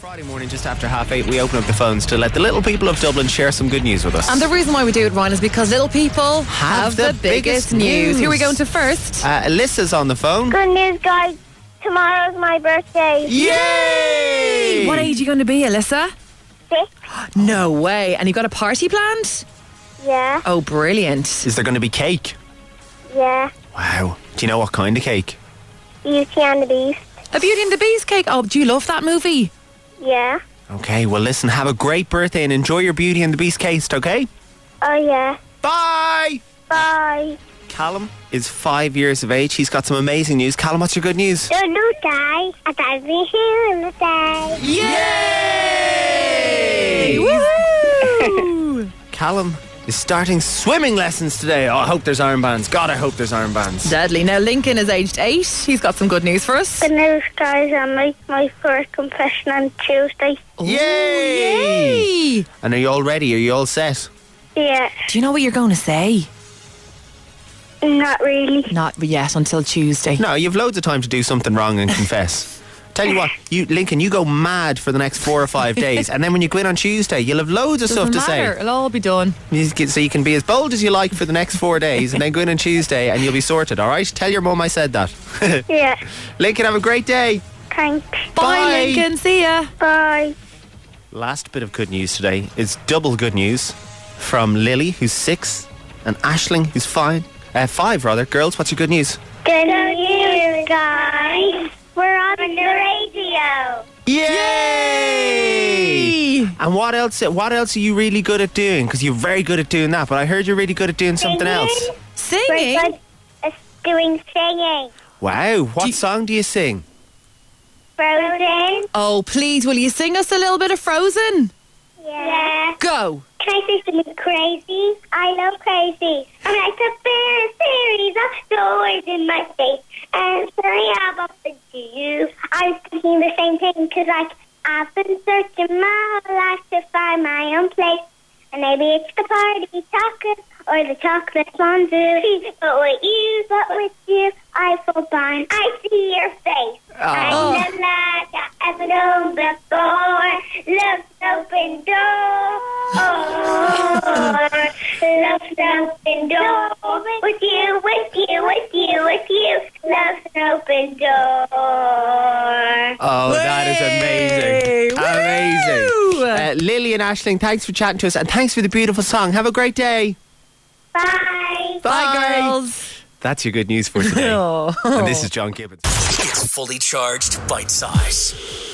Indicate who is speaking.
Speaker 1: Friday morning, just after half eight, we open up the phones to let the little people of Dublin share some good news with us.
Speaker 2: And the reason why we do it, Ryan, is because little people have, the, biggest, news. Who are we going to first?
Speaker 1: uh, Alyssa's on the phone.
Speaker 3: Good news, guys. Tomorrow's my birthday.
Speaker 1: Yay!
Speaker 2: What age are you going to be, Alyssa?
Speaker 3: Six.
Speaker 2: No way. And you got a party planned?
Speaker 3: Yeah,
Speaker 2: Oh, brilliant.
Speaker 1: Is there going to be cake?
Speaker 3: yeah.
Speaker 1: Wow. Do you know what kind of cake?
Speaker 3: Beauty and the Beast.
Speaker 2: A Beauty and the Beast cake. Oh, do you love that movie?
Speaker 3: Yeah.
Speaker 1: Okay, well, listen, have a great birthday and enjoy your Beauty and the Beast case, okay?
Speaker 3: Oh, yeah.
Speaker 1: Bye!
Speaker 3: Bye.
Speaker 1: Callum is five years of age. He's got some amazing news. Callum, what's your good news?
Speaker 3: Don't do die. I died be here in the day.
Speaker 1: Yay! Callum is starting swimming lessons today. Oh, I hope there's armbands. God, I hope there's armbands.
Speaker 2: Deadly. Now, Lincoln is aged eight. He's got some good news for us.
Speaker 3: Good news, guys. I make my first confession on Tuesday.
Speaker 1: Oh. Yay!
Speaker 2: Yay!
Speaker 1: And are you all ready? Are you all set?
Speaker 3: Yeah,
Speaker 2: Do you know what you're going to say?
Speaker 3: not really.
Speaker 2: Not yet until Tuesday.
Speaker 1: No, you've loads of time to do something wrong and confess. Tell you what, you Lincoln, you go mad for the next four or five days, and then when you go in on Tuesday, you'll have loads of
Speaker 2: Doesn't
Speaker 1: stuff
Speaker 2: matter. It'll all be done.
Speaker 1: to say. You can- So you can be as bold as you like for the next four days, and then go in on Tuesday, and you'll be sorted. All right? Tell your mum I said that.
Speaker 3: Yeah,
Speaker 1: Lincoln, have a great day.
Speaker 3: thanks.
Speaker 1: Bye.
Speaker 2: Lincoln. See ya.
Speaker 3: Bye.
Speaker 1: Last bit of good news today is double good news from Lily, who's six, and Ashling, who's five. Uh, five, rather. Girls, what's your good news?
Speaker 3: Good news, guys. We're on the radio.
Speaker 1: Yay! And what else? What else are you really good at doing? Because you're very good at doing that. But I heard you're really good at doing something else.
Speaker 2: Singing?
Speaker 3: uh, doing singing.
Speaker 1: Wow! What song do you sing?
Speaker 3: Frozen.
Speaker 2: Oh, please, will you sing us a little bit of Frozen?
Speaker 3: yeah.
Speaker 2: Go.
Speaker 3: Can I say something crazy? I love crazy. I like to bear a series of doors in my face. And sorry about the Jews. I was thinking the same thing because, like, I've been searching my whole life to find my own place. And maybe it's the party chocolate or the chocolate fondue. but with you, but with you, I fall blind. I see your face.
Speaker 2: Oh.
Speaker 3: I love like I ever known before. Love's open door. Love's open door. With you, with you, with you, with you. Love's open door.
Speaker 1: Oh, that is
Speaker 2: Way!
Speaker 1: amazing! Amazing.
Speaker 2: Woo!
Speaker 1: Uh, Lily and Ashling, thanks for chatting to us, and thanks for the beautiful song. Have a great day.
Speaker 3: Bye.
Speaker 2: Bye, girls.
Speaker 1: That's your good news for today.
Speaker 2: Oh.
Speaker 1: And this is John Gibbons.
Speaker 4: It's fully charged bite size.